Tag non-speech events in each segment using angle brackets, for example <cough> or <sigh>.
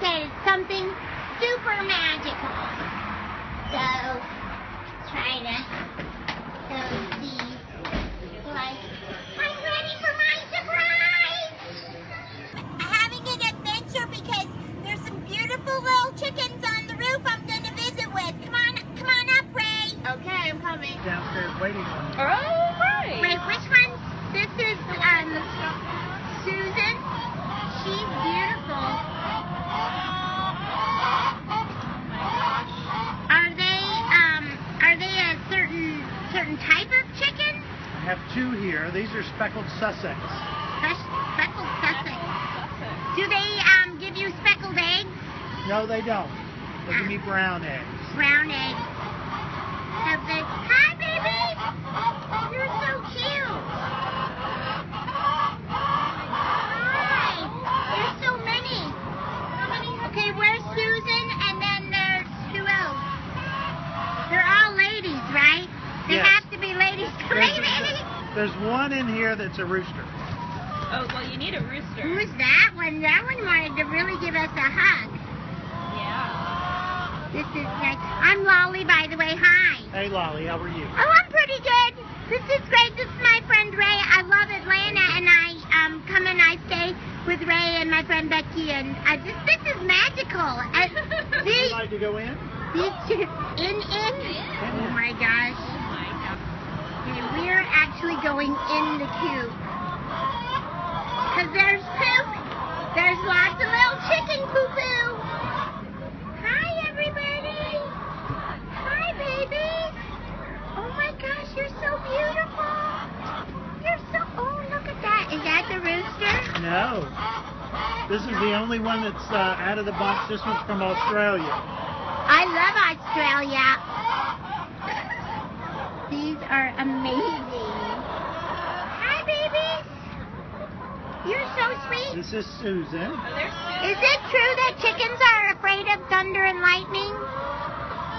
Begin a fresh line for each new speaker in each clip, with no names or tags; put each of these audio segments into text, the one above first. something super magical. So, trying to, so he's like, I'm ready for my surprise! Having an adventure because there's some beautiful little chickens on the roof I'm going to visit with. Come on, come on up, Ray. Okay, I'm coming.
downstairs waiting on
All right.
Wait, which one? This is um Susan. She's beautiful. Are they um are they a certain certain type of chicken?
you. I have two here. These are speckled Sussex.
Spec- Speckled Sussex. Do they um give you speckled eggs?
No, they don't. They give me brown eggs.
Brown eggs. Have they- Hi, baby. You're so cute. Hi. There's so many. Okay, where's Susan? And then there's who else? They're all ladies, right? They
Yes.
have to be ladies <laughs> to
There's,
make babies.
there's one in here that's a rooster.
Oh, well, you need a rooster.
Who's that one? That one wanted to really give us a hug.
Yeah.
This is nice. I'm Lolly, by the way. Hi.
Hey, Lolly, how are you?
Oh, I'm pretty good. This is great. This is my friend Ray. I love Atlanta, and I um come and I stay with Ray and my friend Becky, and I just this is magical. And
<laughs> Would you
these,
like to go in?
these two, in in. Oh my gosh.
Oh my
Okay, we're actually going in the cube. Cause there's poop. There's lots of little chicken poo poo. Hi everybody. Hi babies. Oh my gosh, you're so beautiful. You're so. Oh look at that. Is that the rooster?
No. This is the only one that's uh, out of the box. This one's from Australia.
I love Australia. These are amazing. Hi babies. You're so sweet.
This is Susan.
Oh, there's
Is it true that chickens are afraid of thunder and lightning?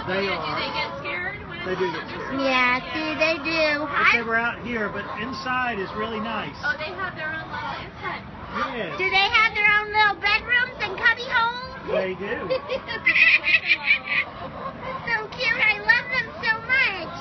They
Yeah, do they
are.
get scared? when
They
it's
do
on
get
their
scared.
surface?
Yeah, see, they do.
But they were out here, but inside is really nice.
Oh, they have their own little inside.
Yes.
do they have their own little bedrooms and cubby holes?
They
<laughs>
do.
so cute. I love them so much.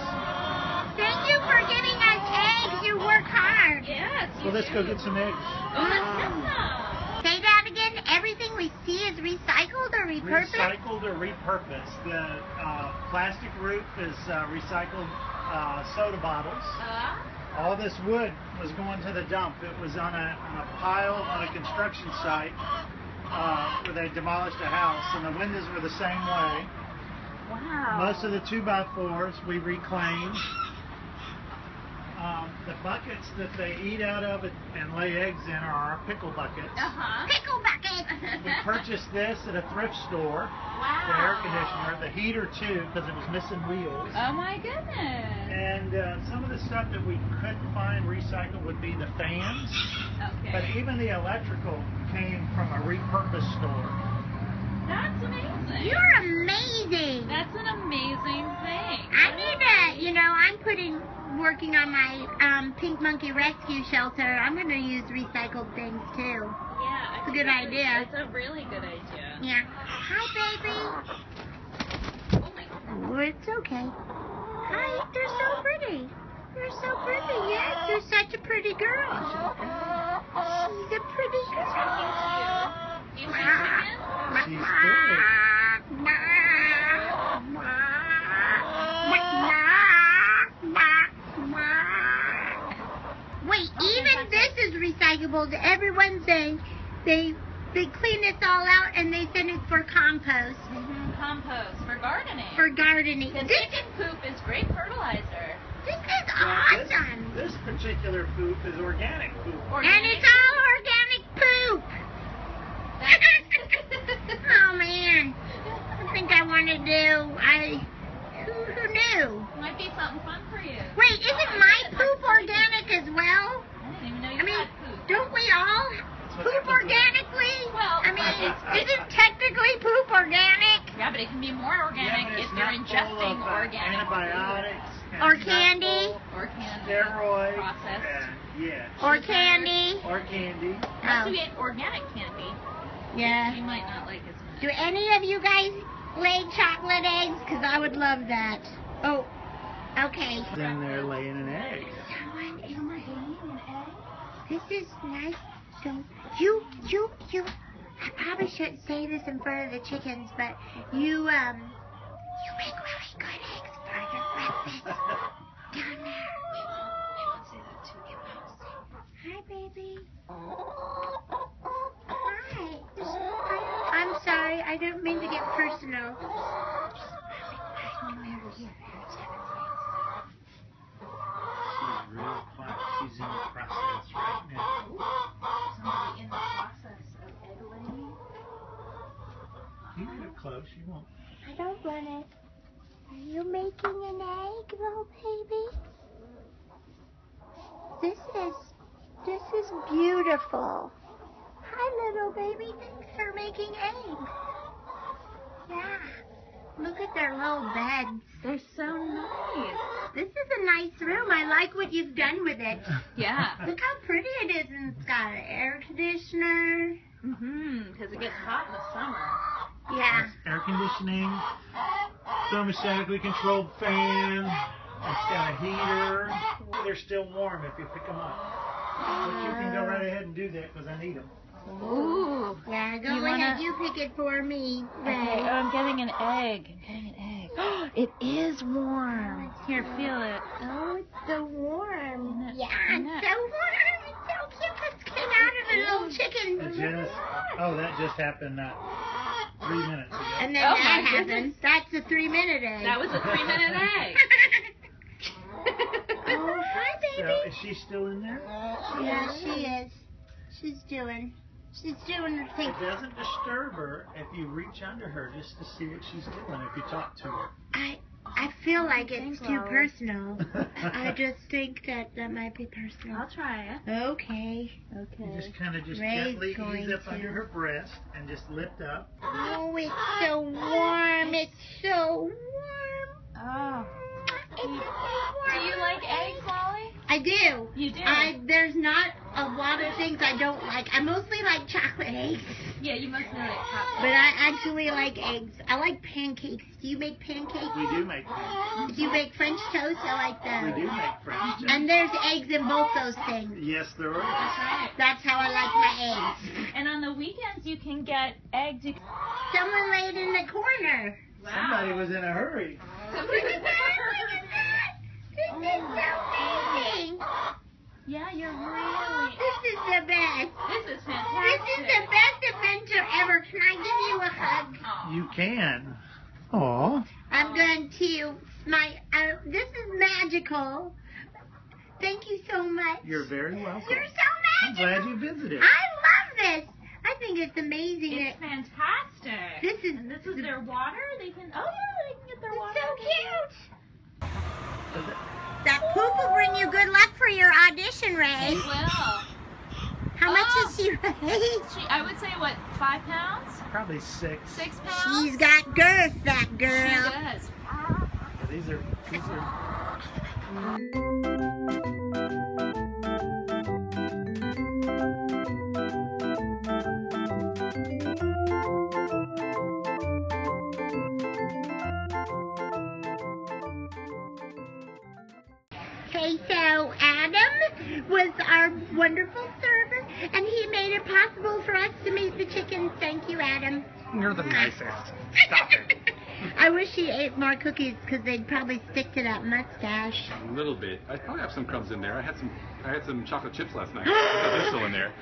Thank you for giving us eggs. You work hard.
Yes. you
Well, let's go
do.
get some eggs.
Oh, let's get some.
Say that again. Everything we see is recycled or repurposed?
Recycled or repurposed. The uh, plastic roof is uh, recycled uh, soda bottles.
Uh,
All this wood was going to the dump. It was on a, on a pile on a construction site uh, where they demolished a house, and the windows were the same way.
Wow.
Most of the two by fours we reclaimed. Um, the buckets that they eat out of it and lay eggs in are our pickle buckets.
uh-huh.
Pickle buckets.
We
<laughs>
purchased this at a thrift store, the air conditioner, the heater too, because it was missing wheels.
Oh my goodness.
And uh, some of the stuff that we couldn't find recycled would be the fans, but
Okay.
even the electrical came from a repurposed store.
That's amazing.
You're amazing.
That's an amazing thing.
I need to, you know, I'm putting, working on my um, Pink Monkey Rescue Shelter. I'm going to use recycled things too.
Yeah, I
It's a
think
good
that's
idea.
It's a really good idea.
Yeah. Hi,
Oh my god.
baby. Well, it's okay. Hi, you're so pretty. You're so pretty. Yes, you're such a pretty girl. She's a pretty girl.
You see chicken?
She's good.
Wait, even this is recyclable. Everyone's saying they they clean this all out and they send it for compost
Mhm, <laughs> Compost for gardening.
for gardening.
Because
This,
chicken poop is great fertilizer.
this is
Now, this-
awesome.
This particular poop is organic poop.
And it's all organic poop. <laughs> oh man, I think I want to do. I who, who knew?
Might be something fun for you.
Wait, isn't my poop organic as well?
I didn't even know you
I mean,
had poop.
don't we all poop organically?
Well-
I mean, isn't technically poop organic?
Yeah, but it can be more
Yeah,
organic
but it's
if you're
not full
ingesting
of, uh,
organic
antibiotics and
Or
it's not
candy.
full of
food or canned
steroids
processed.
and yeah,
Or candy?
or candy.
Oh,
Unless you get organic candy,
yeah.
you might not like as much.
Do any of you guys lay chocolate eggs? Because I would love that. Oh, okay.
Then they're laying an egg. <laughs>
Someone is This is nice. So you, you, you. I probably shouldn't say this in front of the chickens, but you, um, you make really good eggs for your breakfast down there. Hi, baby. Hi. I'm sorry. I didn't mean to get personal.
She's real quiet. She's in the process right now. You get it close. You won't.
I don't want it. Are you making an egg roll, baby? This is this is beautiful. Hi, little baby. Thanks for making eggs. Yeah. Look at their little beds.
They're so nice.
This is a nice room. I like what you've done with it.
<laughs>
Yeah.
Look how pretty it is, and it's got an air conditioner.
Mhm. Because it gets hot in the summer.
Yeah.
It's air conditioning, thermostatically controlled fan. It's got a heater. They're still warm if you pick them up. But you can go right ahead and do that because I need them.
Ooh.
Yeah, go
You
ahead.
wanna-
You pick it for me.
Okay, oh,
Ray.
I'm getting an egg. I'm getting an egg. <gasps> it is warm. Here, feel it.
Oh, it's so warm.
Isn't it-
Yeah,
isn't
it's
it-
so warm. It's so cute. This came out of a little chicken.
The Genesis. Oh, that just happened uh, three minutes ago.
And then
Oh,
that
my
happened.
goodness.
That's a three minute egg. <laughs>
That <laughs> was a three minute egg.
oh, hi,
So
baby.
is she still in there?
yeah, she is. She's doing. She's doing her thing.
It doesn't disturb her if you reach under her just to see what she's doing. If you talk to her.
I I feel like it's
Thanks,
too
Lois.
personal. I just think that that might be personal.
I'll try it.
Okay.
You
Okay.
just kind of just
Ray's
gently
going
ease up under
to-
her breast and just lift up.
Oh, it's so warm. It's so warm.
Oh.
It's so warm.
Do you like eggs, Molly?
I do.
You do.
I there's not a lot of things I don't like. I mostly like chocolate eggs,
Yeah, you must know it.
but I actually like eggs. I like pancakes. Do you make pancakes?
We do make them.
Do you make French toast? I like
We do
those.
make French.
And there's eggs in both those things.
yes, there are.
Right.
That's how I like my eggs.
And on the weekends, you can get eggs. You can...
Someone laid in the corner.
Somebody was in a hurry.
Look
<laughs>
at that! Look at that! This is so amazing!
Yeah, you're really.
This is the best.
This
This
is fantastic.
is the best adventure ever. Can I give you a hug?
Aw.
You can. Aw.
I'm going to my. Uh, this is magical. Thank you so much.
You're very welcome.
You're so
I'm glad
magical.
you visited.
I love this. I think it's amazing.
It's
that
fantastic.
This is-
And this is their water. They can. Oh yeah, they can get their
it's
water.
so cute. That poop will bring you good luck for your audition, Ray.
Well,
How much
Oh.
is she raise?
she, I would say what five pounds,
Probably six.
six pounds.
She's got girth, that
She
girl.
does.
Yeah, These are these are
Okay, so Adam was our wonderful server, and he made it possible for us to meet the chickens. Thank you, Adam.
you're the nicest. Stop it.
I wish he ate more cookies because they'd probably stick to that
<laughs>
mustache.
A little bit. I probably have some crumbs in there. I had some. I had some chocolate chips last night. I think They're still in there.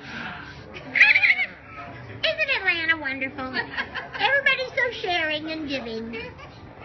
Isn't Atlanta wonderful? Everybody's so sharing and giving.